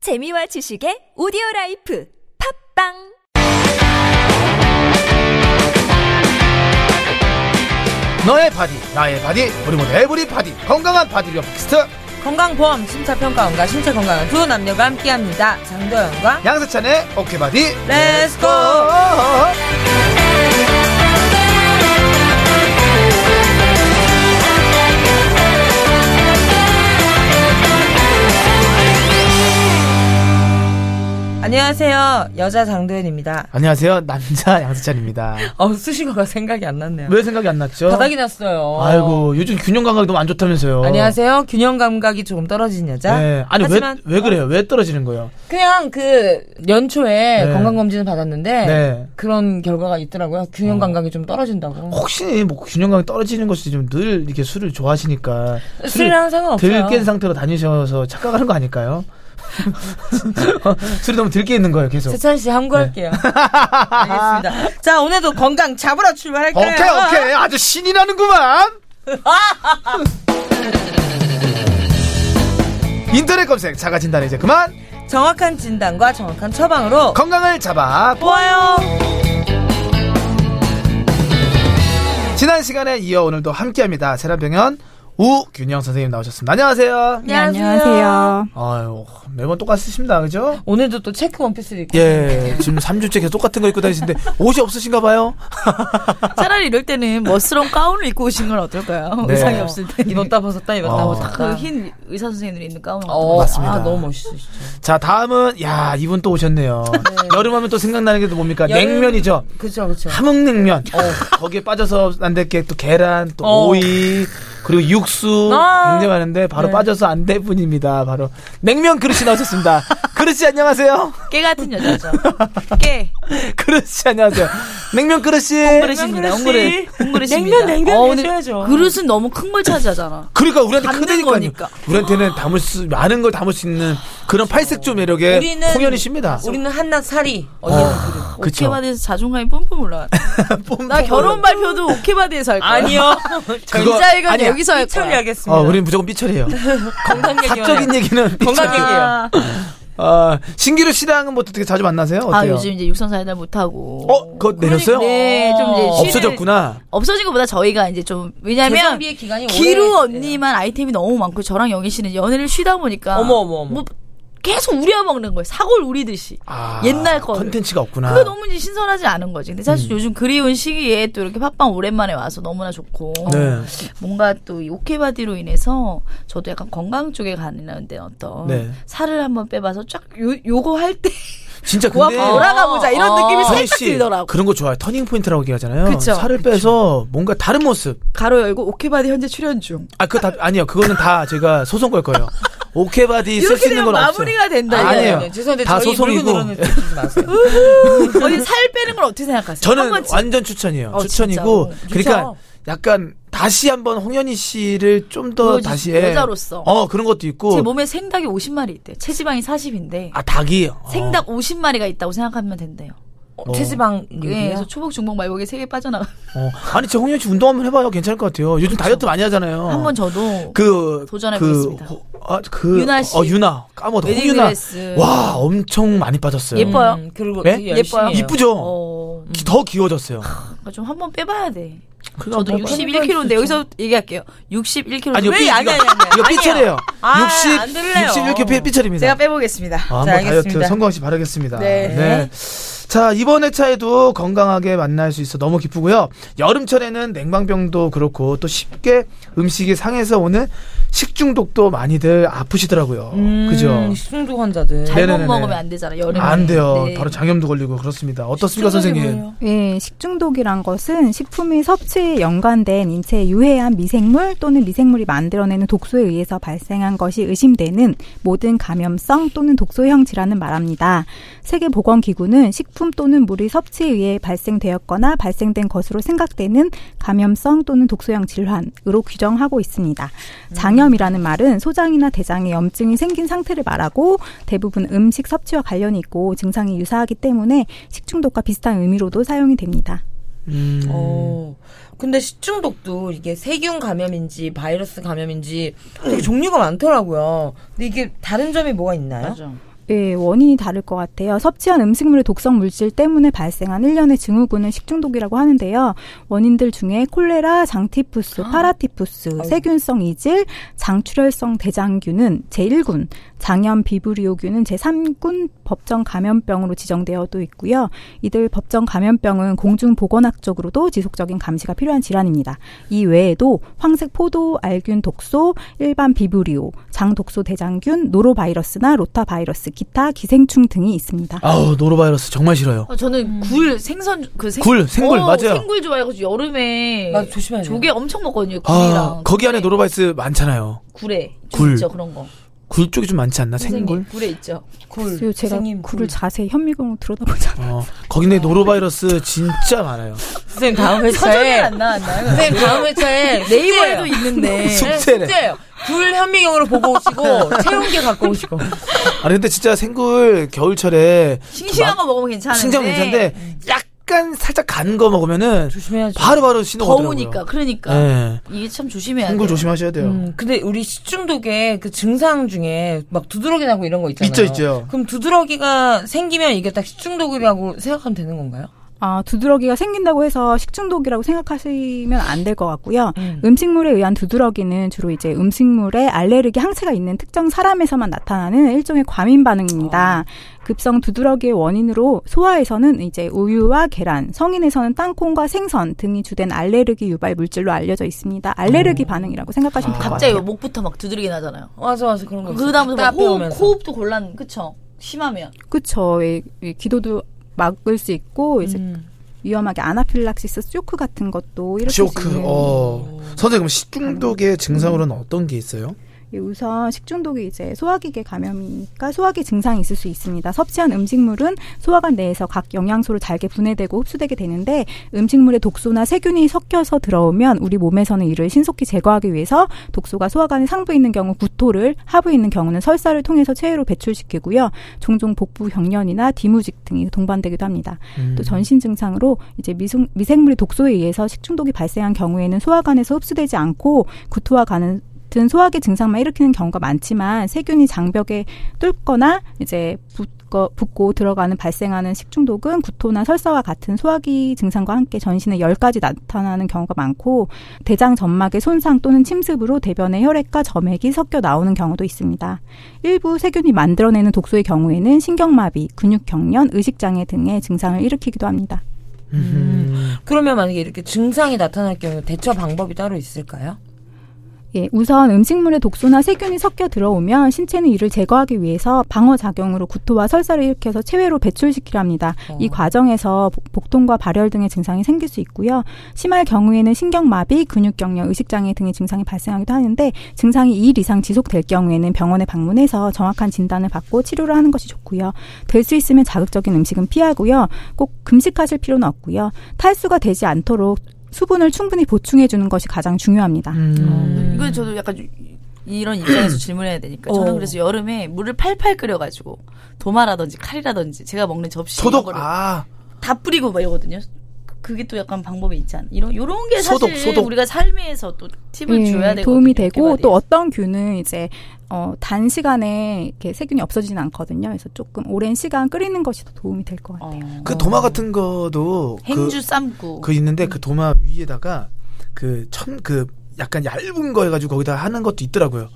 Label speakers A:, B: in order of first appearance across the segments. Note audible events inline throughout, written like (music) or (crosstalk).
A: 재미와 지식의 오디오 라이프 팝빵
B: 너의 바디, 나의 바디, 우리 모두 에브리 바디, 건강한 바디 뷰 팟캐스트
C: 건강보험 심사평가원과 신체 건강을 두 남녀가 함께합니다. 장도연과
B: 양세찬의 오케이 바디.
C: 렛츠고! 안녕하세요. 여자 장도연입니다.
B: 안녕하세요, 남자 (laughs) 양세찬입니다.
C: 어 수식어가 생각이 안 났네요.
B: 왜 생각이 안 났죠?
C: 바닥이 났어요.
B: 아이고, 요즘 균형 감각이 너무 안 좋다면서요.
C: 아, 안녕하세요. 균형 감각이 조금 떨어진 여자.
B: 네. 아니
C: 하지만
B: 왜 왜 그래요? 왜 떨어지는 거예요?
C: 그냥 그 연초에
B: 네.
C: 건강 검진을 받았는데
B: 네. 어.
C: 그런 결과가 있더라고요. 균형 감각이 좀 떨어진다고.
B: 혹시 뭐 균형 감각이 떨어지는 것이 좀 늘 이렇게 술을 좋아하시니까
C: 술이랑은 상관없어요.
B: 어, 들깬 상태로 다니셔서 착각하는 거
C: (laughs)
B: 아닐까요? (laughs) 술이 너무 들깨 있는 거예요, 계속.
C: 세찬 씨
B: 네.
C: 함구할게요.
B: (laughs)
C: 알겠습니다. 자 오늘도 건강 잡으러 출발할까요?
B: 오케이 오케이 아주 신이
C: (laughs)
B: 나는구만 인터넷 검색 작아진다는 이제 그만
C: 정확한 진단과 정확한 처방으로
B: 건강을 잡아
C: 보아요.
B: 지난 시간에 이어 오늘도 함께합니다 세란병현 우균형 선생님 나오셨습니다 안녕하세요
C: 네, 안녕하세요.
B: 아유 매번 똑같으십니다 그죠
C: 오늘도 또 체크 원피스를 입고
B: 예 지금 3주째 계속 똑같은 거 입고 다니시는데 옷이 없으신가 봐요
D: 차라리 이럴 때는 멋스러운 가운을 입고 오신 건 어떨까요?
B: 네.
D: 의상이 없을 때.
C: 입었다 벗었다 입었다
B: 어.
C: 벗었다.
D: 그흰 의사 선생님들이 입는 가운.
C: 어,
B: 맞습니다.
C: 아, 너무 멋있으시죠.
B: 자 다음은 야 이분 또 오셨네요 여름하면 또 생각나는 게 또 뭡니까
C: 여름-
B: 냉면이죠
C: 그렇죠, 그렇죠.
B: 함흥냉면. 어, 거기에 빠져서 안 될 게 또 계란, 또
C: 어.
B: 오이, 그리고 육수
C: 아.
B: 굉장히 많은데 바로
C: 네.
B: 빠져서 안 될 분입니다. 바로 냉면 그릇이 나오셨습니다. 그릇이 안녕하세요.
D: 깨 같은 (laughs) 여자죠. 깨.
B: 그릇이 안녕하세요. 냉면 그릇이.
C: 그릇이.
D: 그릇입니다. 옹그릇. 옹그릇입니다.
C: 냉면, 냉면
D: 어, 오늘
C: 해줘야죠.
D: 그릇은 너무 큰 걸 차지하잖아.
B: 그러니까 우리한테
D: 담는
B: 크다니까요.
D: 거니까.
B: 우리한테는 담을 수 많은 걸 담을 수 있는 그런 팔색조 매력의 홍현이십니다. 어,
C: 우리는 한낱 사리. 어, 언니
B: 그쵸.
D: 오케바디에서 자존감이 뿜뿜 올라가.
B: 뽐뿌.
D: 나 결혼 발표도 오케바디에서 할 거야.
C: (laughs) 아니요.
B: 그거-
D: 이자회견
B: 아니야.
D: 여기서 할 거야.
C: 처리하겠습니다.
B: 어, 우리는 무조건 삐처리예요.
C: 건강 얘기.
B: 사적인 얘기는
C: 건강
B: 삐처리.
C: 얘기예요.
D: 아,
B: 아, 신기루 씨랑은 뭐 어떻게 자주 만나세요? 어때요?
D: 아, 요즘 이제 육선사이다 못하고.
B: 어, 그거 내렸어요?
D: 네, 좀 이제 쉬는-
B: 없어졌구나.
D: 없어진 것보다 저희가 이제 좀, 왜냐면,
C: 재정비의 기간이
D: 기루
C: 오래
D: 언니만 아이템이 너무 많고 저랑 영희 씨는 연애를 쉬다 보니까
C: 어머, 어머, 어머.
D: 뭐 계속 우려먹는 거예요. 사골 우리듯이
B: 아,
D: 옛날 거.
B: 컨텐츠가 없구나. 음.
D: 그게 너무 이제 신선하지 않은 거지. 근데 사실 요즘 그리운 시기에 또 이렇게 팟빵 오랜만에 와서 너무나 좋고
B: 네.
D: 뭔가 또이 오케바디로 인해서 저도 약간 건강 쪽에 가는데 어떤
B: 네.
D: 살을 한번 빼봐서 쫙 요, 요거 할
B: (laughs)
D: 때
B: 진짜
D: 고아
B: 근데
D: 돌아가 보자 이런
C: 어.
D: 느낌이
B: 선희
D: 살짝
B: 씨
D: 들더라고.
B: 그런 거 좋아요. 터닝 포인트라고 얘기하잖아요.
D: 그쵸.
B: 살을 빼서 뭔가 다른 모습.
D: 가로 열고 오케바디 현재 출연 중.
B: 아, 그거 다 아니요. 그거는 다 제가 소송 걸 거예요. 오케이 바디 쓸 수
D: 이렇게
B: 있는
D: 되면
B: 건
D: 마무리가 된다.
B: 아,
D: 이거예요.
B: 아니에요.
C: 죄송한데
B: 다
C: 저희
B: 소송이고.
C: (laughs) 물고 네. 늘어놓지 마세요.
D: 언니 살 빼는 걸 어떻게 생각하세요?
B: 저는
D: 한번 진-
B: 완전 추천이에요.
D: 어,
B: 추천이고
D: 진짜로.
B: 그러니까
C: 진짜.
B: 약간 다시 한번 홍현희 씨를 좀 더
D: 보여주시-
B: 다시
D: 여자로서.
B: 어 그런 것도 있고
D: 제 몸에 생닭이 50마리 있대요. 체지방이 40인데
B: 아 닭이 어.
D: 생닭 50마리가 있다고 생각하면 된대요.
C: 어, 체지방
B: 네,
D: 예,
C: 얘기예요?
D: 그래서 초복, 중복, 말복이 세개 빠져나가.
B: 어. 아니 저 홍현 씨 운동 한번 해봐요. 괜찮을 것 같아요. 요즘 다이어트 많이 하잖아요.
D: 그렇죠. 한번 저도
B: 그
D: 도전해보겠습니다.
B: 그, 호- 아, 그
D: 유나 씨.
B: 어, 유나 까먹었다.
D: 웨딩
B: 홍유나.
D: 드레스.
B: 와, 엄청 많이 빠졌어요.
D: 예뻐. 예뻐요?
C: 음, 그리고
B: 예?
C: 되게 열심히
D: 예뻐요?
C: 해요.
B: 이쁘죠?
D: 어, 그러니까
B: 기- 더 귀여워졌어요.
D: 좀 한번 빼봐야 돼.
B: 어, 그거
D: 저도
B: 한번 봐봐요.
D: 61kg인데 여기서 얘기할게요. 61kg.
B: 아니요, 삐,
D: 왜
B: 이거,
D: 안 하냐?
B: 이거 삐처리예요.
C: 아,
B: 60,
C: 안 들려요.
B: 61kg 삐처리입니다.
C: 제가 빼보겠습니다.
B: 아,
C: 자,
B: 한번 다이어트
C: 알겠습니다.
B: 성공하시 바라겠습니다.
C: 네.
B: 자, 이번 회차에도 건강하게 만날 수 있어 너무 기쁘고요. 여름철에는 냉방병도 그렇고 또 쉽게 음식이 상해서 오는 식중독도 많이들 아프시더라고요.
C: 음,
B: 그죠?
C: 식중독 환자들. 음,
D: 잘못
B: 네네네네.
D: 먹으면 안 되잖아. 여름에.
B: 안 돼요.
D: 네.
B: 바로 장염도 걸리고 그렇습니다. 어떻습니까, 선생님?
E: 예, 식중독이란 것은 식품이 섭취에 연관된 인체에 유해한 미생물 또는 미생물이 만들어내는 독소에 의해서 발생한 것이 의심되는 모든 감염성 또는 독소형 질환을 말합니다. 세계보건기구는 식품 또는 물이 섭취에 의해 발생되었거나 발생된 것으로 생각되는 감염성 또는 독소형 질환으로 규정하고 있습니다. 장염이라는 말은 소장이나 대장에 염증이 생긴 상태를 말하고 대부분 음식 섭취와 관련이 있고 증상이 유사하기 때문에 식중독과 비슷한 의미로도 사용이 됩니다.
B: 음.
C: 어. 근데 식중독도 이게 세균 감염인지 바이러스 감염인지 되게 종류가 많더라고요. 근데 이게 다른 점이 뭐가 있나요?
D: 맞아.
E: 예, 원인이 다를 것 같아요. 섭취한 음식물의 독성 물질 때문에 발생한 일련의 증후군을 식중독이라고 하는데요. 원인들 중에 콜레라, 장티푸스, 파라티푸스, 세균성 이질, 장출혈성 대장균은 제1군, 장염 비브리오균은 제3군 법정 감염병으로 지정되어도 있고요. 이들 법정 감염병은 공중 보건학적으로도 지속적인 감시가 필요한 질환입니다. 이 외에도 황색 포도 알균 독소, 일반 비브리오, 장독소 대장균, 노로바이러스나 로타바이러스, 기타 기생충 등이 있습니다.
B: 아우 노로바이러스 정말 싫어요.
D: 어,
C: 음.
D: 저는 굴 생선 그 생,
B: 굴, 생굴, 맞아요.
D: 생굴 좋아해가지고 여름에
C: 나 조심해야 돼.
D: 조개 엄청 먹거든요. 굴이랑
B: 아 거기 안에 노로바이러스 많잖아요.
D: 굴에 좀
B: 굴.
D: 있죠 그런 거.
B: 굴 쪽이 좀 많지 않나 생굴?
D: 선생님, 굴에
B: (laughs)
D: 있죠.
C: 굴.
E: 그래서 제가
C: 선생님, 음.
E: 굴을 자세히 현미경으로 들여다보지 않아요.
B: 어 거기네 노로바이러스 진짜 많아요.
C: 선생님 다음
D: 서점에
C: 회차에
D: 안
B: 네,
D: 나왔나요? 선생님 다음
B: 아,
D: 회차에 네이버에도 있는데
B: 숙제래.
C: 숙제예요. 굴 현미경으로 보고
B: (laughs)
C: 오시고 체온계 갖고 오시고.
B: 아니 근데 진짜 생굴 겨울철에
D: 싱싱한 거 먹으면 괜찮은데 음.
B: 신경 괜찮은데 약간 살짝 간 거 먹으면은
C: 조심해야죠.
B: 바로 바로 신호 오더라고요.
D: 더우니까 그러니까
B: 예.
D: 이게 참 조심해야 돼요.
B: 생굴 조심하셔야 돼요.
C: 음, 근데 우리 식중독의 그 증상 중에 막 두드러기 나고 이런 거 있잖아요.
B: 있죠, 있죠.
C: 그럼 두드러기가 생기면 이게 딱 식중독이라고 생각하면 되는 건가요?
E: 아, 두드러기가 생긴다고 해서 식중독이라고 생각하시면 안 될 것 같고요.
C: 음.
E: 음식물에 의한 두드러기는 주로 이제 음식물에 알레르기 항체가 있는 특정 사람에서만 나타나는 일종의 과민 반응입니다.
B: 어.
E: 급성 두드러기의 원인으로 소아에서는 이제 우유와 계란, 성인에서는 땅콩과 생선 등이 주된 알레르기 유발 물질로 알려져 있습니다.
B: 음.
E: 알레르기 반응이라고 생각하시면 될 것
D: 갑자기
E: 같아요.
D: 목부터 막 두드러기 나잖아요.
C: 맞아, 맞아. 그런 거.
D: 그 다음부터 호흡, 호흡도 곤란 그쵸? 심하면
E: 그쵸. 이, 이 기도도 막을 수 있고 이제
B: 음.
C: 음.
E: 위험하게 아나필락시스 쇼크 같은 것도 일으킬 수
B: 쇼크.
E: 있는
B: 어. 선생님 그럼 식중독의 증상으로는 어떤 게 있어요?
E: 예, 우선 식중독이 이제 소화기계 감염이니까 소화기 증상이 있을 수 있습니다. 섭취한 음식물은 소화관 내에서 각 영양소를 잘게 분해되고 흡수되게 되는데 음식물에 독소나 세균이 섞여서 들어오면 우리 몸에서는 이를 신속히 제거하기 위해서 독소가 소화관에 상부에 있는 경우 구토를 하부에 있는 경우는 설사를 통해서 체외로 배출시키고요. 종종 복부 경련이나 디무직 등이 동반되기도 합니다. 또 전신 증상으로 이제 미생, 미생물의 독소에 의해서 식중독이 발생한 경우에는 소화관에서 흡수되지 않고 구토와 가는 같은 소화기 증상만 일으키는 경우가 많지만 세균이 장벽에 뚫거나 이제 붙거, 붙고 들어가는 발생하는 식중독은 구토나 설사와 같은 소화기 증상과 함께 전신에 열까지 나타나는 경우가 많고 대장 점막의 손상 또는 침습으로 대변에 혈액과 점액이 섞여 나오는 경우도 있습니다. 일부 세균이 만들어내는 독소의 경우에는 신경마비, 근육 경련, 의식 장애 등의 증상을 일으키기도 합니다.
C: 그러면 만약에 이렇게 증상이 나타날 경우 대처 방법이 따로 있을까요?
E: 예, 우선 음식물에 독소나 세균이 섞여 들어오면 신체는 이를 제거하기 위해서 방어 작용으로 구토와 설사를 일으켜서 체외로 배출시키려 합니다.
C: 어.
E: 이 과정에서 복- 복통과 발열 등의 증상이 생길 수 있고요. 심할 경우에는 신경마비, 근육경련, 의식장애 등의 증상이 발생하기도 하는데 증상이 2일 이상 지속될 경우에는 병원에 방문해서 정확한 진단을 받고 치료를 하는 것이 좋고요. 될 수 있으면 자극적인 음식은 피하고요. 꼭 금식하실 필요는 없고요. 탈수가 되지 않도록 수분을 충분히 보충해 주는 것이 가장 중요합니다. 음.
D: 이건 저도 약간 이- 이런 입장에서 질문해야 되니까 저는
C: 어.
D: 그래서 여름에 물을 팔팔 끓여가지고 도마라든지 칼이라든지 제가 먹는 접시 이런
B: 소독.
D: 거를
B: 아.
D: 다 뿌리고 막 이러거든요. 그- 그게 또 약간 방법이 있지 않나? 이런 요런 게 사실
B: 소독, 소독.
D: 우리가 삶에서 또 팁을
E: 예,
D: 줘야 되거든요.
E: 도움이 되고
D: 개발이.
E: 또 어떤 균은 이제 어, 단시간에 이렇게 세균이 없어지진 않거든요. 그래서 조금 오랜 시간 끓이는 것이 더 도움이 될 것 같아요.
D: 어,
B: 그 도마 같은 거도 그,
D: 행주 삶고
B: 그 있는데 그 도마 위에다가 그 천 그 약간 얇은 거 해가지고 거기다 하는 것도 있더라고요.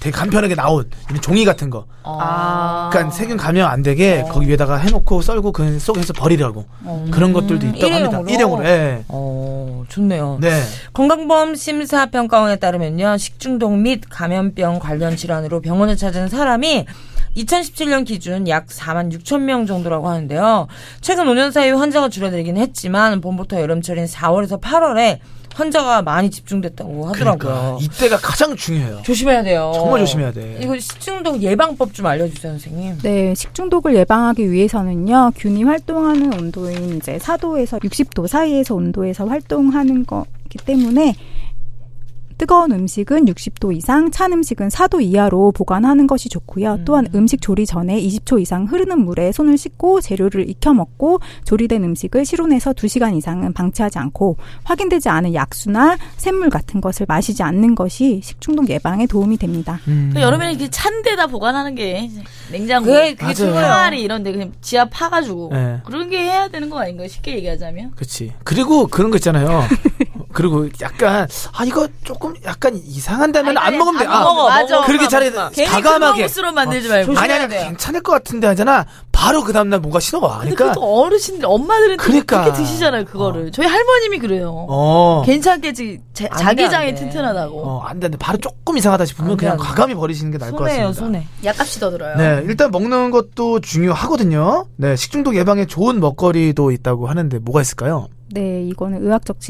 B: 되게 간편하게 나온 이런 종이 같은 거.
D: 아. 어.
B: 그러니까 세균 감염 안 되게 거기 위에다가 해놓고 썰고 그 속에서 버리라고 그런 것들도 있다고
D: 음,
C: 일회용으로?
B: 합니다. 일회용으로. 예.
C: 어, 좋네요.
B: 네.
C: 건강보험 심사평가원에 따르면요, 식중독 및 감염병 관련 질환으로 병원을 찾은 사람이 2017년 기준 약 4만 6천 명 정도라고 하는데요. 최근 5년 사이 환자가 줄어들긴 했지만 봄부터 여름철인 4월에서 8월에 환자가 많이 집중됐다고 하더라고요.
B: 그러니까 이때가 가장 중요해요.
C: 조심해야 돼요.
B: 정말 조심해야 돼.
C: 이거 식중독 예방법 좀 알려주세요, 선생님.
E: 네, 식중독을 예방하기 위해서는요, 균이 활동하는 온도인 이제 4도에서 60도 사이에서 온도에서 활동하는 거기 때문에 뜨거운 음식은 60도 이상, 찬 음식은 4도 이하로 보관하는 것이 좋고요. 또한 음식 조리 전에 20초 이상 흐르는 물에 손을 씻고 재료를 익혀 먹고 조리된 음식을 실온에서 2시간 이상은 방치하지 않고 확인되지 않은 약수나 샘물 같은 것을 마시지 않는 것이 식중독 예방에 도움이 됩니다.
B: 음.
D: 그 여름에는 이렇게 찬 데다 보관하는 게 냉장고,
C: 그게- 그게
B: 맞아요.
D: 그 항아리 이런 데 그냥 지하 파가지고
B: 네.
D: 그런 게 해야 되는 거 아닌가요? 쉽게 얘기하자면.
B: 그치. 그리고 그런 거 (laughs) 있잖아요. 그리고 약간, 아, 이거 조금 약간 이상한다면 안 먹으면 돼. 아,
D: 먹어,
C: 맞아.
D: 먹어.
B: 그렇게 잘해야 돼.
D: 괜히
B: 과감하게. 어,
D: 그런 만들지 말고.
B: 아니, 아니, 괜찮을 것 같은데 하잖아. 바로 그 다음날 뭔가 신호가
D: 근데
B: 와니까.
D: 보통 어르신들, 엄마들은 그
B: 그러니까.
D: 그렇게 드시잖아요, 그거를. 저희 할머님이 그래요.
B: 어.
D: 괜찮겠지. 자,
C: 안 돼,
D: 자기
C: 안 돼.
D: 장이 튼튼하다고.
B: 어, 안 돼, 안 돼. 바로 조금 이상하다 싶으면
C: 안 돼,
B: 그냥
C: 안 돼.
B: 과감히 버리시는 게 나을 것 같습니다.
C: 손해요 손해.
D: 약값이 더 들어요.
B: 네, 일단 먹는 것도 중요하거든요. 네, 식중독 예방에 좋은 먹거리도 있다고 하는데 뭐가 있을까요?
E: 네, 이거는 의학적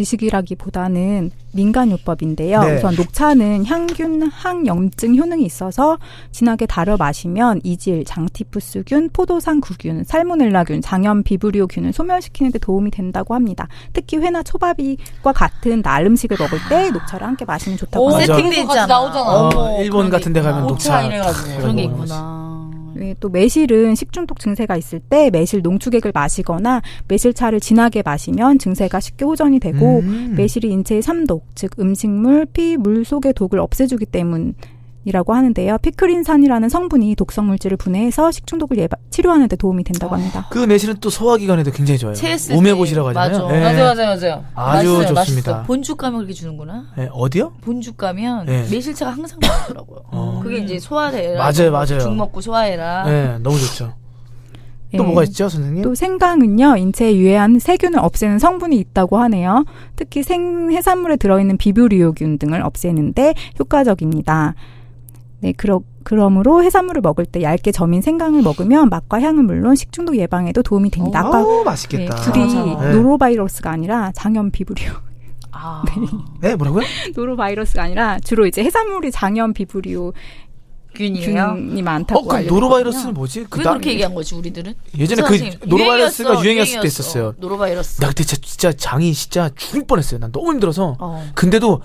E: 지식이라기보다는 민간요법인데요.
B: 네.
E: 우선 녹차는 향균, 항염증 효능이 있어서 진하게 달여 마시면 이질, 장티푸스균, 포도상 구균, 살모넬라균, 장염, 비브리오균을 소멸시키는 데 도움이 된다고 합니다. 특히 회나 초밥이과 같은 날 음식을 먹을 때 녹차를 함께 마시면 좋다고
B: 오,
E: 합니다.
B: 맞아.
D: 세팅돼 있잖아.
B: 어,
C: 나오잖아.
B: 일본 같은 데 가면 녹차.
C: 녹차 이래가지고.
B: 탁
D: 그런 게
B: 해가지고.
D: 있구나.
E: 네, 또 매실은 식중독 증세가 있을 때 매실 농축액을 마시거나 매실차를 진하게 마시면 증세가 쉽게 호전이 되고
B: 음.
E: 매실이 인체의 삼독, 즉 음식물, 피, 물 속의 독을 없애주기 때문이라고 하는데요. 피크린산이라는 성분이 독성 물질을 분해해서 식중독을 예방, 치료하는 데 도움이 된다고 합니다.
B: 그 매실은 또 소화기관에도 굉장히 좋아요.
D: 체했을
B: 우메보시라고
D: 때.
B: 하잖아요.
D: 맞아.
B: 예.
C: 맞아요 맞아요 맞아요.
B: 아주
C: 맛있어요,
B: 좋습니다.
D: 본죽 가면 그렇게 주는구나.
B: 예, 어디요?
D: 본죽 가면
B: 네.
D: 매실차가 항상 나오더라고요.
B: 어.
D: 그게 이제 소화해라.
B: 맞아요, 맞아요.
D: 죽 먹고 소화해라.
B: 예, 너무 좋죠. 또
E: 예.
B: 뭐가 있죠, 선생님?
E: 또 생강은요 인체에 유해한 세균을 없애는 성분이 있다고 하네요. 특히 생 해산물에 들어있는 비브리오균 등을 없애는데 효과적입니다. 네, 그러, 그러므로 해산물을 먹을 때 얇게 점인 생강을 먹으면 맛과 향은 물론 식중독 예방에도 도움이 됩니다. 아까
B: 아우,
E: 네,
B: 어, 맛있겠다.
E: 둘이
C: 네.
E: 노로바이러스가 아니라 장염 비브리오
B: (laughs)
D: 아.
B: 네, 뭐라고요?
E: 노로바이러스가 아니라 주로 이제 해산물이 장염 비브리오
C: 균이에요.
E: 균이 많다고
B: 어, 그럼
E: 알려져
B: 노로바이러스는
E: 있거든요.
B: 뭐지? 그
D: 왜
B: 나-
D: 그렇게 얘기한 거지 우리들은?
B: 예전에 그
D: 선생님,
B: 노로바이러스가 유행했을 때
D: 유행이었어.
B: 있었어요.
D: 노로바이러스.
B: 나 그때 진짜, 진짜 장이 진짜 죽을 뻔했어요. 난 너무 힘들어서.
D: 어.
B: 근데도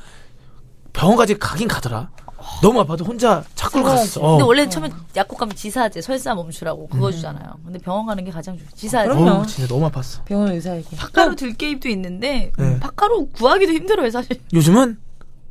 B: 병원까지 가긴 가더라. 너무 아파도 혼자 착골 갔어. 어. 음.
D: 근데 원래 처음에 약국 가면 지사제 설사 멈추라고 그거 주잖아요. 근데 병원 가는 게 가장 좋죠. 지사제.
C: 그럼요.
B: 어우, 진짜 너무 아팠어.
C: 병원 의사에게.
D: 팥가루 들깨잎도 있는데 음,
B: 네.
D: 팥가루 구하기도 힘들어요 사실. (laughs)
B: 요즘은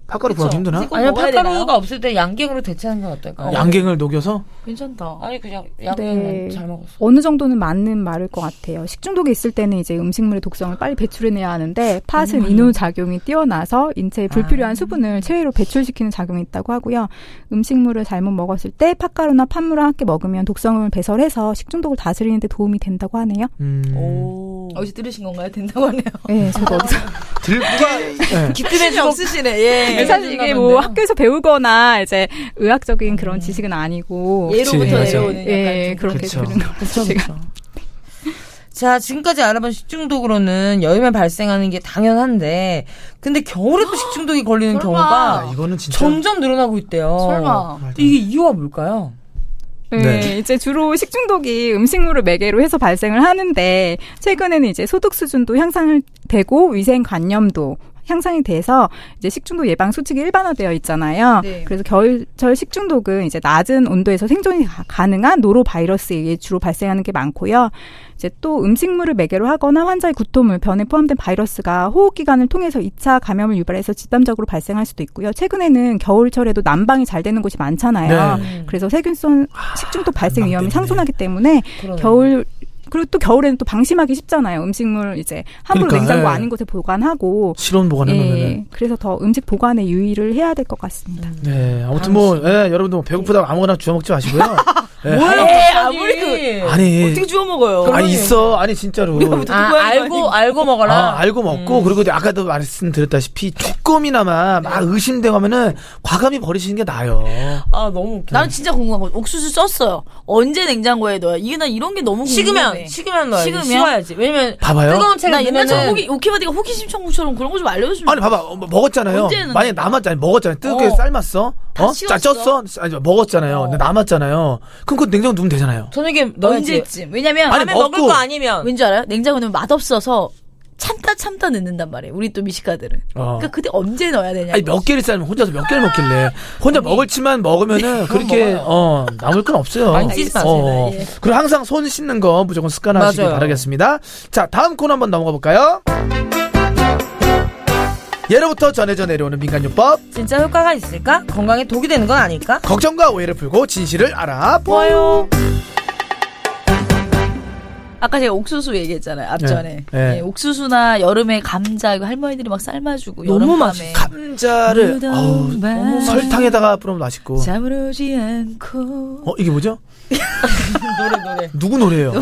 B: 팥가루 구하기 힘드나?
D: 그거
C: 아니면
D: 먹어야
C: 팥가루가
D: 되나요?
C: 없을 때 양갱으로 대체하는 건 어떨까?
B: 양갱을 녹여서
D: 괜찮다.
C: 아니 그냥 양갱만 잘 먹었어.
E: 어느 정도는 맞는 말일 것 같아요. 식중독이 있을 때는 이제 음식물의 독성을 빨리 배출해내야 하는데 팥은
D: 음.
E: 인후 작용이 뛰어나서 인체에 불필요한
D: 아.
E: 수분을 체외로 배출시키는 작용이 있다고 하고요. 음식물을 잘못 먹었을 때 팥가루나 팥물을 함께 먹으면 독성을 배설해서 식중독을 다스리는 데 도움이
D: (laughs)
E: 된다고 하네요.
B: 음,
C: 오.
D: 어디서 들으신 건가요? 된다고 하네요.
E: 네, 저도 어디서
B: 들깨 네.
D: (laughs) 기쁨이 없으시네. 예.
E: 사실 이게 뭐 학교에서 배우거나 이제 의학적인 그런 지식은 아니고
D: 예로부터
B: 그치.
D: 내려오는 약간
E: 예,
D: 좀
E: 그렇게
B: 그쵸.
E: 들은 거라서 제가
C: 자, 지금까지 알아본 식중독으로는 여름에 발생하는 게 당연한데, 근데 겨울에도 식중독이 걸리는
D: 설마.
B: 아,
C: 경우가
B: 이거는 진짜
C: 점점 늘어나고 있대요.
D: 설마.
C: 근데 이게 이유가 뭘까요?
E: 네.
B: 네.
E: 이제 주로 식중독이 음식물을 매개로 해서 발생을 하는데 최근에는 이제 소득 수준도 향상을 되고 위생 관념도 향상이 돼서 이제 식중독 예방 수칙이 일반화되어 있잖아요.
D: 네.
E: 그래서 겨울철 식중독은 이제 낮은 온도에서 생존이 가- 가능한 노로 바이러스에 의해 주로 발생하는 게 많고요. 이제 또 음식물을 매개로 하거나 환자의 구토물, 변에 포함된 바이러스가 호흡기관을 통해서 2차 감염을 유발해서 집단적으로 발생할 수도 있고요. 최근에는 겨울철에도 난방이 잘 되는 곳이 많잖아요.
B: 네. 아,
E: 그래서 세균성 식중독 발생
B: 난방
E: 위험이
B: 때문에.
E: 상존하기 때문에
C: 그러네.
E: 겨울 그리고 또 겨울에는 또 방심하기 쉽잖아요. 음식물 이제 함부로
B: 그러니까,
E: 냉장고
B: 예.
E: 아닌 곳에 보관하고
B: 실온 보관해놓으면은
E: 예, 그래서 더 음식 보관에 유의를 해야 될 것 같습니다.
D: 예.
B: 네 아무튼 뭐 예, 여러분들 뭐 배고프다고 아무거나 주워 먹지
D: (laughs)
B: 마시고요. 예,
D: 에이, 아무리 그
C: 그.
B: 아니
D: 어떻게 주워 먹어요? 뭐
B: 아 있어 아니 진짜로
C: 아,
D: 누구야,
C: 알고,
D: 이거.
C: 알고 먹어라.
B: 아, 알고
D: 음.
B: 먹고 그리고 이제 아까도 말씀드렸다시피 조금이나마 막
D: 네.
B: 의심되고 하면은 과감히 버리시는 게 나아요.
D: 음.
C: 아, 너무 웃겨.
D: 나는 진짜 궁금한 거 옥수수 썼어요. 언제 냉장고에 넣어요? 이게 난 이런 게 너무 궁금해.
C: 식으면, 식으면 넣어야지.
D: 식으면?
C: 식어야지. 왜냐면,
B: 봐봐요.
C: 뜨거운 채를
D: 나 옛날 저
C: 넣으면은
D: 호기 오키바디가 호기심 천국처럼 그런 거 좀 알려주면.
B: 아니 봐봐 어, 뭐 먹었잖아요.
D: 언제 했는데?
B: 만약 에 남았잖아요. 먹었잖아요. 뜨겁게
D: 어.
B: 삶았어. 어?
D: 씌웠어?
B: 짜쪘어. 아니 먹었잖아요. 근데 남았잖아요. 그럼 그 냉장고 넣으면 되잖아요.
C: 저녁에 넣어야지.
D: 언제쯤? 왜냐면
B: 아니,
C: 밤에
B: 먹고.
C: 먹을 거 아니면.
D: 왠지 알아요? 냉장고는 맛없어서 참다 참다 넣는단 말이에요. 우리 또 미식가들은.
B: 어.
D: 그러니까 그때 언제 넣어야 되냐.
B: 예. 아니 몇 개를 삶면 혼자서 몇 개를 먹길래 혼자 먹을 치만 먹으면은 그렇게
C: 먹어요.
B: 어 남을 건 없어요.
C: 많이 찌지 마세요.
B: 어.
D: 예.
B: 그리고 항상 손 씻는 거 무조건 습관하시길
C: 맞아요.
B: 바라겠습니다. 자 다음 코너 한번 넘어가 볼까요? 예로부터 전해져 내려오는 민간요법
C: 진짜 효과가 있을까? 건강에 독이 되는 건 아닐까?
B: 걱정과 오해를 풀고 진실을 알아보아요.
D: 아까 제가 옥수수 얘기했잖아요. 앞전에.
B: 예, 예.
D: 예, 옥수수나 여름에 감자 이거 할머니들이 막 삶아주고
C: 너무
D: 여름밤에.
B: 감자를 어우,
D: 무더운 밤
B: 설탕에다가 뿌리면 맛있고.
D: 잠을 오지 않고
B: 어 이게 뭐죠?
C: 노래 노래.
B: 누구 노래예요?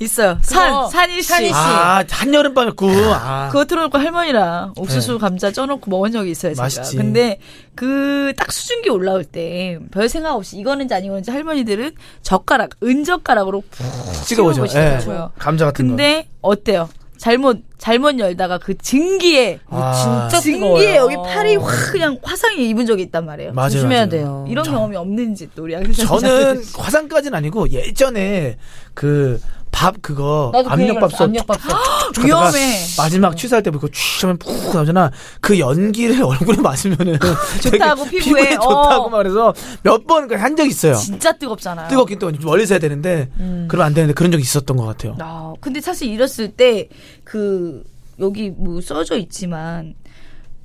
D: 있어요.
C: 그거
D: 산 산일 씨.
C: 산일 씨.
B: 아 한여름 밤에 꿈. 아.
D: 그거 틀어놓고 할머니랑 옥수수 감자 쪄놓고 먹은 적이 있어요, 제가.
B: 네. 맛있지.
D: 근데 그 딱 수증기 올라올 때 별 생각 없이 이거는지 아니거는지 할머니들은 젓가락, 은젓가락으로 푹
B: 찍어보죠. 예.
D: 찍어보시더라고요.
B: 감자 같은 거.
D: 근데 어때요? 잘못 잘못 열다가 그 증기에
B: 아,
C: 진짜
D: 증기에 여기 팔이 확 그냥 화상이 입은 적이 있단 말이에요.
B: 맞아요,
C: 조심해야
B: 맞아요.
C: 돼요.
D: 이런 경험이 없는지 또 우리 양세찬
B: 저는 화상까지는 아니고 예전에 그 밥 그거
C: 나도 그 얘기를
B: 압력밥솥
C: 했어. 압력밥솥.
B: 쭉 가다가
D: 위험해.
B: 마지막 취사할 때뭐 그거 쭉 하면 푹 나오잖아 그 연기를 (laughs) 얼굴에 맞으면은 되게
D: (laughs) 좋다고, 피부에.
B: 좋다고
D: 어.
B: 말해서 몇 번 한 적 있어요
D: 진짜 음. 뜨겁잖아요.
B: 뜨겁긴 또 멀리서 해야 되는데 그러면 안 되는데 그런 적이 있었던 것 같아요
D: 아, 근데 사실 이랬을 때 그 여기 뭐 써져 있지만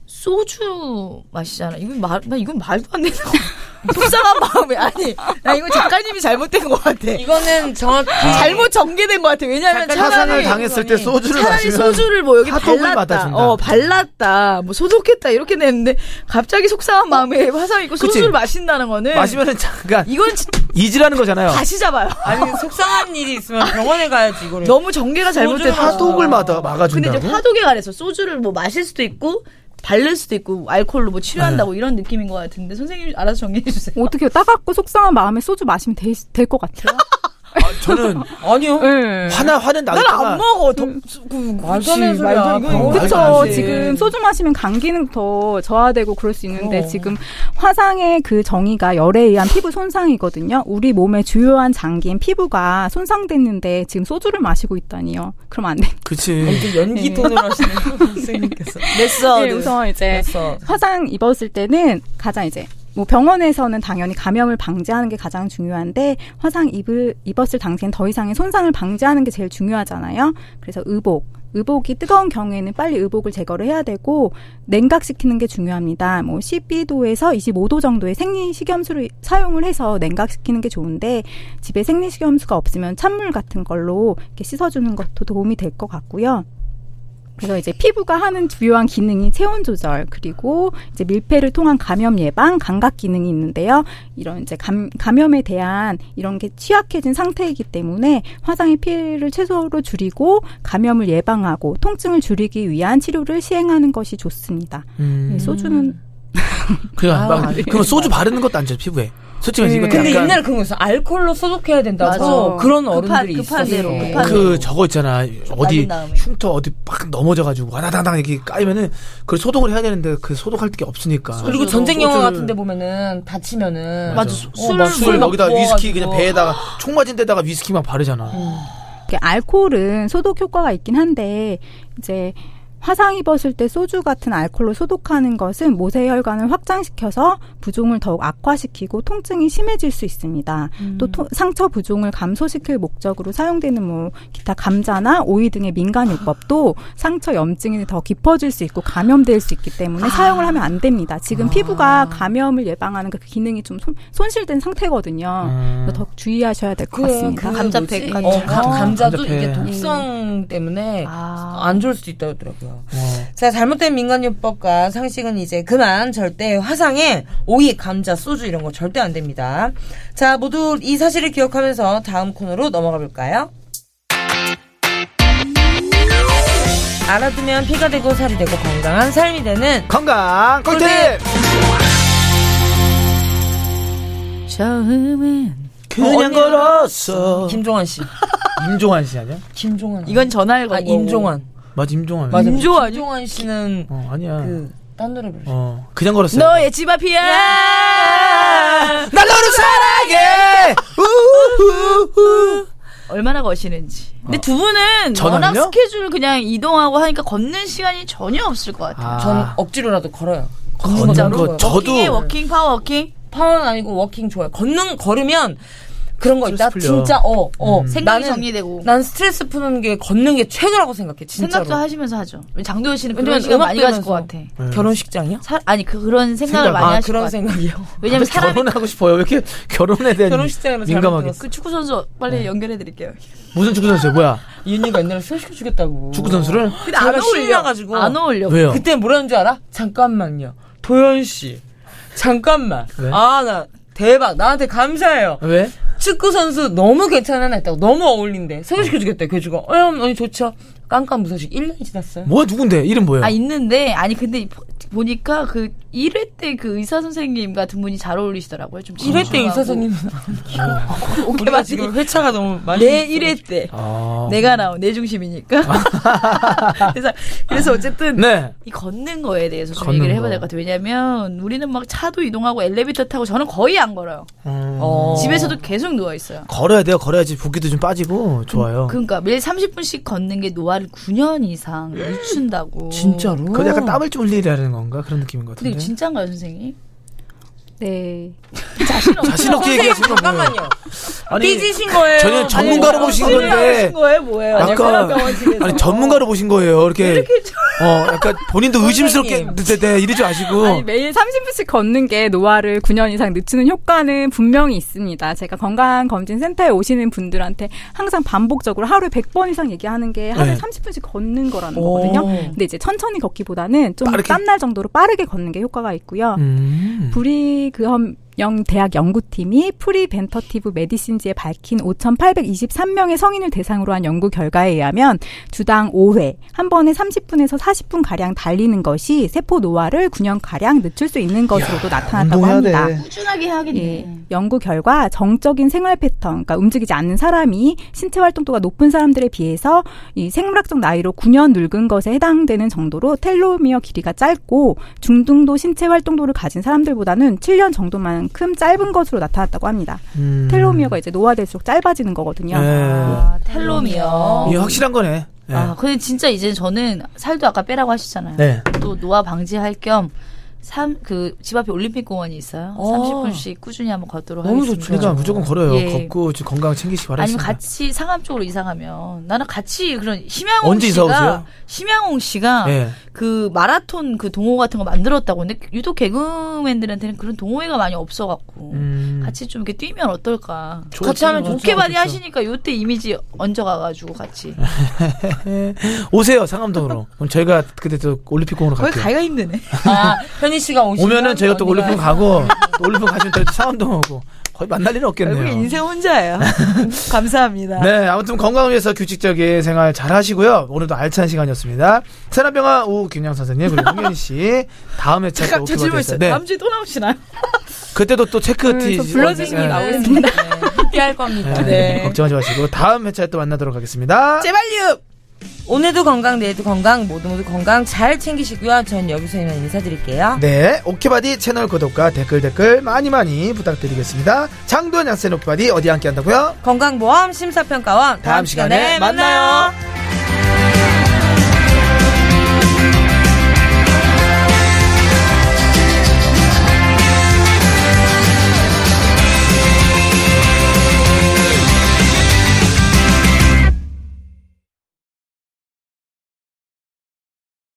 D: 소주 맛이잖아. 이건 말, 나 이건 말도 안 되는 (laughs) 거. 속상한 마음에 아니, 나 이거 작가님이 잘못된 것 같아. 아.
C: 이거는 정확히
D: 잘못 전개된 것 같아. 왜냐하면
C: 작가
B: 화상을
D: 차라리
B: 당했을 때 소주를
D: 차라리
B: 마시면
D: 소주를 뭐 여기
B: 화독을
D: 발랐다,
B: 받아준다.
D: 어 발랐다, 뭐 소독했다 이렇게 냈는데 갑자기 속상한 마음에 화상 입고
B: 그치.
D: 소주를 마신다는 거는
B: 마시면은 어. 잠깐
D: 이건 진-
B: 이지라는 거잖아요
D: 다시 잡아요.
C: 아니 속상한 일이 있으면 병원에 가야지
B: 네.
C: 이거를.
D: 너무 전개가 잘못돼서
B: 화독을 막아,
D: 근데
B: 막아준다고
D: 이제 화독에 관해서 소주를 뭐 마실 수도 있고 바를 수도 있고 알코올로 뭐 치료한다고 이런 느낌인 것 같은데 선생님 알아서 정리해 주세요. (laughs)
E: 어떻게 따갑고 속상한 마음에 소주 마시면 될 것 같아요.
B: 아,
D: (laughs)
B: 저는
C: 아니요.
E: 네.
B: 화나 화는 나겠지만
D: 먹어. 더,
C: 말도 안 되는
D: 그치,
C: 소리야.
D: 말도 이거
B: 어,
E: 음, 그쵸 네.
B: 알죠, 알죠.
E: 지금 소주 마시면 감기는 더 저하되고 그럴 수 있는데
C: 어.
E: 지금 화상의 그 정의가 열에 의한 피부 손상이거든요. 우리 몸의 주요한 장기인 피부가 손상됐는데 지금 소주를 마시고 있다니요. 그럼 안 돼.
B: 그치
C: 이제 연기
B: (laughs)
C: 톤을 하시는 선생님께서.
D: 냈어.
E: 네, 우선 이제
C: 그래서
E: 화상 입었을 때는 가장 이제 뭐 병원에서는 당연히 감염을 방지하는 게 가장 중요한데 화상 입을 입었을 당시엔 더 이상의 손상을 방지하는 게 제일 중요하잖아요. 그래서 의복 의복이 뜨거운 경우에는 빨리 의복을 제거를 해야 되고 냉각시키는 게 중요합니다. 뭐 12도에서 25도 정도의 생리식염수를 사용을 해서 냉각시키는 게 좋은데 집에 생리식염수가 없으면 찬물 같은 걸로 이렇게 씻어주는 것도 도움이 될 것 같고요. 그래서 이제 피부가 하는 주요한 기능이 체온 조절 그리고 이제 밀폐를 통한 감염 예방 감각 기능이 있는데요. 이런 이제 감, 감염에 대한 이런 게 취약해진 상태이기 때문에 화상의 피해를 최소로 줄이고 감염을 예방하고 통증을 줄이기 위한 치료를 시행하는 것이 좋습니다.
B: 음.
E: 네, 소주는
B: 그냥
C: 아유,
B: 막
C: 아니.
B: 그럼 소주 바르는 것도 안 좋아 피부에. 솔직히 이거
C: 네. 근데
B: 약간
C: 옛날에 그런 거 있어. 알콜로 소독해야 된다고
D: 맞아.
C: 그런
D: 급한-
C: 어른들이
D: 급한
C: 있었어.
D: 대로, 급한
C: 그-
B: 그 저거 있잖아 어디
D: 빠진 다음에.
B: 흉터 어디 팍 넘어져가지고 와다다당 이렇게 까이면은 그걸 소독을 해야 되는데 그 소독할 게 없으니까.
C: 그리고 전쟁 영화
B: 소주를-
C: 같은데 보면은 다치면은
B: 맞아.
C: 어,
D: 술을
C: 막
B: 술
C: 막
B: 여기다 위스키
C: 부어가지고. 어.
B: 그냥 배에다가 총 맞은 데다가 위스키 막 바르잖아.
E: 이렇게 알코올은 소독 효과가 있긴 한데 이제 화상 입었을 때 소주 같은 알코올로 소독하는 것은 모세혈관을 확장시켜서 부종을 더욱 악화시키고 통증이 심해질 수 있습니다. 또
C: 음.
E: 토- 상처 부종을 감소시킬 목적으로 사용되는 뭐 기타 감자나 오이 등의 민간 요법도 상처 염증이 더 깊어질 수 있고 감염될 수 있기 때문에
C: 아.
E: 사용을 하면 안 됩니다. 지금 피부가 감염을 예방하는 그 기능이 좀 손, 손실된 상태거든요.
B: 음.
E: 더 주의하셔야 될 것
C: 그-
E: 같습니다.
C: 그 뭐지?
D: 감자팩
C: 음.
D: 같은
C: 어,
D: 거.
C: 감- 감자도
B: 감자팩.
C: 이게 독성 때문에
D: 아.
C: 안 좋을 수도 있다고 하더라고요.
B: 어.
C: 자, 잘못된 민간요법과 상식은 이제 그만 절대 화상에 오이, 감자, 소주 이런 거 절대 안 됩니다. 자, 모두 이 사실을 기억하면서 다음 코너로 넘어가 볼까요? 알아두면 피가 되고 살이 되고 건강한 삶이 되는
B: 건강 꿀팁.
D: 처음엔
B: 그냥 걸었어.
C: 김종환
D: (laughs)
C: 씨.
B: 임종환 씨 아니야?
C: 김종환.
D: 이건 어, 전화를
C: 아,
D: 걸고.
C: 임종환.
B: 맞아 임종환.
C: 맞아.
D: 임종환이?
C: 김종환 씨는
B: 어 아니야.
C: 그 딴 노래 부르.
B: 어 그냥 걸었어.
D: 너의 집 앞이야.
B: 날 너를 사랑해. 우후후.
F: 얼마나 거시는지.
D: 근데 두 분은 워낙
B: 전화는요?
D: 스케줄 그냥 이동하고 하니까 걷는 시간이 전혀 없을 것 같아요.
B: 아,
C: 전 억지로라도 걸어요. 걷는
B: 걷는
C: 걸어요.
B: 거 저도
D: 워킹에 워킹 파워워킹.
C: 파워는 아니고 워킹 좋아요. 걷는 걸으면 그런 거 있다.
B: 스트레스 풀려. 음.
C: 진짜 어, 어.
D: 생각이
C: 나는
D: 정리되고
C: 난 스트레스 푸는 게 걷는 게 최고라고 생각해. 진짜로.
D: 생각도 하시면서 하죠. 장도연 씨는
C: 왜냐면
D: 그런 시간 많이
C: 음악
D: 가질 것 같아.
C: 들으면서.
B: 네.
C: 결혼식장이요?
D: 사- 아니 그, 그런 생각을
B: 생각.
D: 많이
C: 아
D: 하실 것
C: 그런
D: 같아.
C: 생각이요.
D: (laughs) 왜냐면 사람이
B: 결혼하고 싶어요. 왜 이렇게 결혼에 대한
C: 결혼식장에서
B: 민감하게.
C: 잘못 들었어.
D: 그 축구 선수 빨리
C: 네.
D: 연결해 드릴게요.
B: 무슨 축구 선수예요? 뭐야?
C: 이윤이가 옛날에 소개시켜 주겠다고.
B: 축구 선수를?
C: 근데 안 어울려 가지고.
D: 안 어울려.
B: 왜요?
C: 어. 그때 뭐라는 줄 알아? 잠깐만요. 도현 씨. 잠깐만.
B: 왜?
C: 아, 나 대박. 나한테 감사해요.
B: 아, 왜?
C: 축구 선수 너무 괜찮은 애 했다고. 너무 어울린대. 소개시켜 주겠다. 교주가. 어, 형, 아니 좋죠. 깜깜 무소식 1년이 지났어요.
B: 뭐야 누군데? 이름 뭐예요?
D: 아 있는데 아니 근데 이- 보니까 그 1회 때 그 의사 선생님 같은 분이 잘 어울리시더라고요. 좀
C: 이럴 때 의사 선생님은 (laughs)
D: 오케이
C: 우리가
D: 맞
C: 지금 회차가 너무 많이
D: 아, 내 1회 때
C: 어.
B: 아.
D: 내가 나온 내 중심이니까.
C: 아.
D: (laughs) 그래서 그래서 어쨌든
B: 네.
D: 이 걷는 거에 대해서 좀
B: 걷는
D: 얘기를 해봐야 될
B: 거.
D: 것 같아요. 왜냐면 우리는 막 차도 이동하고 엘리베이터 타고 저는 거의 안 걸어요.
B: 음,
C: 어.
D: 집에서도 계속 누워 있어요.
B: 걸어야 돼요. 걸어야지 부기도 좀 빠지고 좋아요. 그,
D: 그러니까 매일 30분씩 걷는 게 노화를 9년 이상
C: 네.
D: 늦춘다고.
C: 진짜로.
B: 거 약간 땀을 좀 흘리라는 건가 그런 느낌인 것 같은데.
D: 근데 이거 진짠가요, 선생님?
E: 네.
B: 자신 없게 얘기하시는 거 뭐예요?
C: 잠깐만요.
B: 아니
C: 삐지신 거예요. 뭐
B: 전혀 전문가로 보신 건데
D: 거예요, 뭐예요?
B: 약간 아니 전문가로 보신 거예요. 이렇게, 어 약간 본인도 의심스럽게 네, 네, 이러지 마시고
E: 아니, 매일 30분씩 걷는 게 노화를 9년 이상 늦추는 효과는 분명히 있습니다. 제가 건강검진센터에 오시는 분들한테 항상 반복적으로 하루에 100번 이상 얘기하는 게 하루에
B: 네.
E: 30분씩 걷는 거라는
C: 오.
E: 거거든요. 근데 이제 천천히 걷기보다는 좀
B: 빠르게.
E: 땀날 정도로 빠르게 걷는 게 효과가 있고요.
B: 음.
E: 브리그엄 영 대학 연구팀이 프리벤터티브 메디신지에 밝힌 5,823명의 성인을 대상으로 한 연구 결과에 의하면 주당 5회, 한 번에 30분에서 40분 가량 달리는 것이 세포 노화를 9년 가량 늦출 수 있는 것으로도 나타났다고
B: 운동해야
E: 합니다.
B: 돼.
D: 꾸준하게
E: 예,
D: 하겠네.
E: 연구 결과 정적인 생활 패턴, 그러니까 움직이지 않는 사람이 신체 활동도가 높은 사람들에 비해서 이 생물학적 나이로 9년 늙은 것에 해당되는 정도로 텔로미어 길이가 짧고 중등도 신체 활동도를 가진 사람들보다는 7년 정도만큼 짧은 것으로 나타났다고 합니다.
B: 음.
E: 텔로미어가 이제 노화될수록 짧아지는 거거든요.
B: 예.
D: 아, 텔로미어.
B: 이게 확실한 거네. 예.
D: 아, 근데 진짜 이제 저는 살도 아까 빼라고 하시잖아요.
B: 네.
D: 또 노화 방지할 겸 삼, 그, 집 앞에 올림픽공원이 있어요.
C: 어.
D: 30분씩 꾸준히 한번 걷도록
C: 너무
D: 하겠습니다.
C: 좋죠.
B: 그러니까 무조건 걸어요.
D: 예.
B: 걷고 좀 건강 챙기시기
D: 아니면
B: 바라겠습니다.
D: 같이 상암 쪽으로 이사 가면 나는 같이 그런 심양홍
B: 언제 이사 오세요?
D: 씨가 심양홍 씨가
B: 예.
D: 그 마라톤 그 동호 같은 거 만들었다고 근데 유독 개그맨들한테는 그런 동호회가 많이 없어갖고
B: 음.
D: 같이 좀 이렇게 뛰면 어떨까
C: 같이 하면 좋죠.
B: 좋죠.
D: 오케바디
B: 네.
D: 하시니까 요때 이미지 얹어가가지고 같이
B: (laughs) 오세요 상암동으로. 그럼 저희가 그때 또 올림픽공원으로
D: 거기
B: 갈게요.
D: 가기가 힘드네
C: 아, 현희 씨가 오시면
B: 오면은 저희가 또
C: 언니가
B: 올림픽 가고 또 올림픽 가시면 또 상암동 오고 거의 만날 일은
D: 결국에
B: 없겠네요.
D: 인생 혼자예요 (laughs) 감사합니다
B: 네, 아무튼 건강을 위해서 규칙적인 생활 잘 하시고요. 오늘도 알찬 시간이었습니다. 세라병아 우김양 선생님 그리고 홍현희 씨 다음 회차 또
D: 잠깐 저
B: 오시면
D: 질문
B: 되겠어요.
D: 있어요
B: 네,
D: 다음 음, 주에 또 나오시나요?
B: 그때도 또 체크티
E: 저 불러주시면
B: 네,
E: 나오겠습니다.
C: 함께할 겁니다.
B: 네, 걱정하지 마시고 다음 회차에 또 만나도록 하겠습니다.
D: 제발요
C: 오늘도 건강, 내일도 건강, 모두 모두 건강 잘 챙기시고요. 전 여기서 이만 인사드릴게요.
B: 네, 오케바디 채널 구독과 댓글 댓글 많이 많이 부탁드리겠습니다. 장도연 양쌤 오케바디 어디 함께 한다고요?
C: 건강보험 심사평가원 다음,
B: 다음 시간에
C: 시간에 만나요.
B: 만나요.